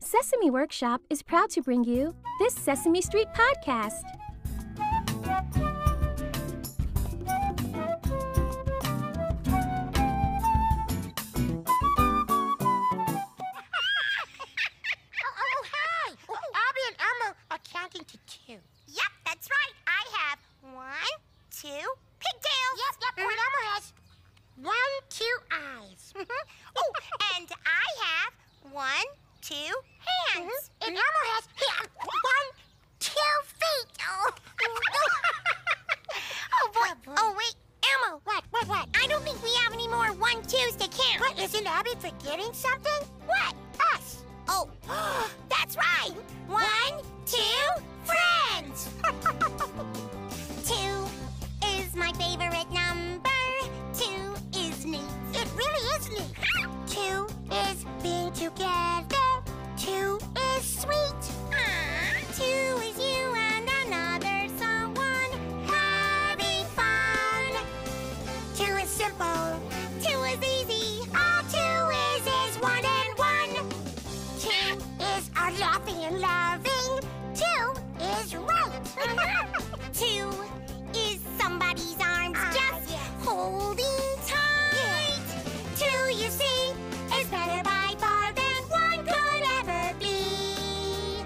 Sesame Workshop is proud to bring you this Sesame Street podcast. Oh, oh, hi! Oh, Abby and Elmo are counting to two. Yep, that's right. I have one, two, pigtails. Yes, yep, oh, and Elmo has one, two eyes. Mhm. Oh, and I have one, two Mm-hmm. hands. And Elmo has one, two feet. Oh, Oh, boy. boy. Oh, wait. Elmo, What, what, what? I don't think we have any more one twos to count. What, isn't Abby forgetting something? What? Us. Oh, that's right. One, two, friends. two is my favorite number. Two is neat. It really is neat. Two is being together. Two is sweet. Two is you and another someone having fun. Two is simple. Two is easy. All two is is one and one. Two is our laughing and loving. Two is right. two is somebody's arms Ah, just yes. holding tight. Two, you see, is better by far than one could ever be.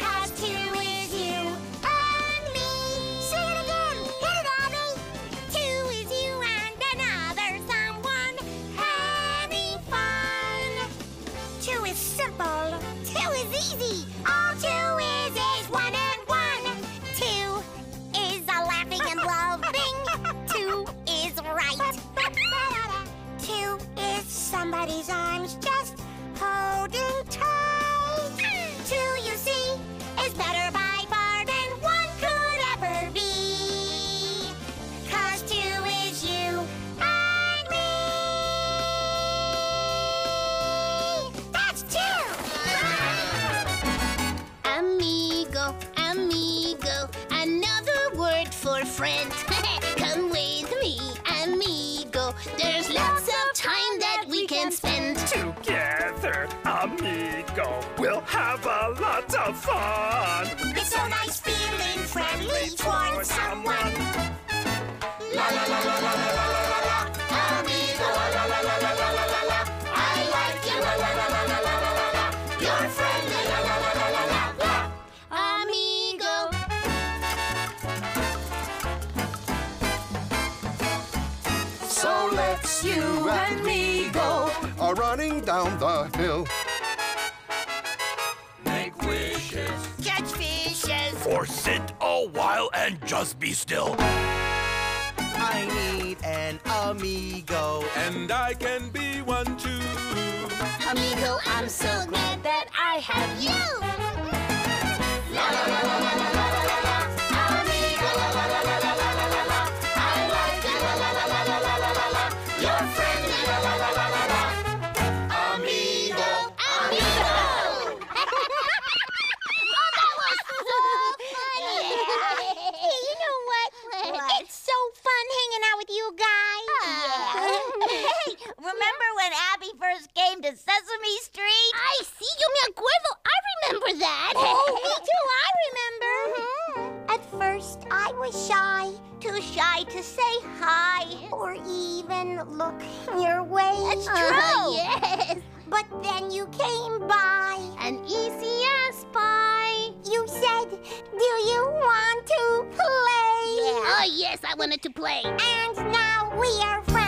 Cause two is you and me. Sing it again. Hit it, Abby. Two is you and another someone having fun. Two is simple. Two is easy. All two is is one and one. Two is a laughing and loving. two is right. two is somebody's arms just holding tight. Two, you see, is better by far than one could ever be. Cause two is you and me. That's two. Amigo, amigo, another word for friend. Come with me, amigo. There's lots of time that we can spend. Together, amigo, we'll have a lot of fun. It's so nice feeling friendly towards someone. La la la la la la la la la la. Amigo, la la la la la la la la la. I like you, la la la la la la la la la. You're friendly, la la la la la la la. Amigo. So let's you and me go a running down the hill. Catch fishes. Or sit a while and just be still. I need an amigo. And I can be one too. Amigo, I'm so glad that I have you. Oh, you know what? It's so fun hanging out with you guys. Oh, hey, remember when Abby first came to Sesame Street? I see you, me acuerdo. I remember Oh, mm-hmm. that. me too, I remember. At first, I was shy. Too shy to say hi or even look your way. That's Uh, yes. Uh-huh, But then you came by. An easy ass pie. You said, Do you want to play? Oh, yes, I wanted to play. And now we are friends. Oh, Oh, Oh.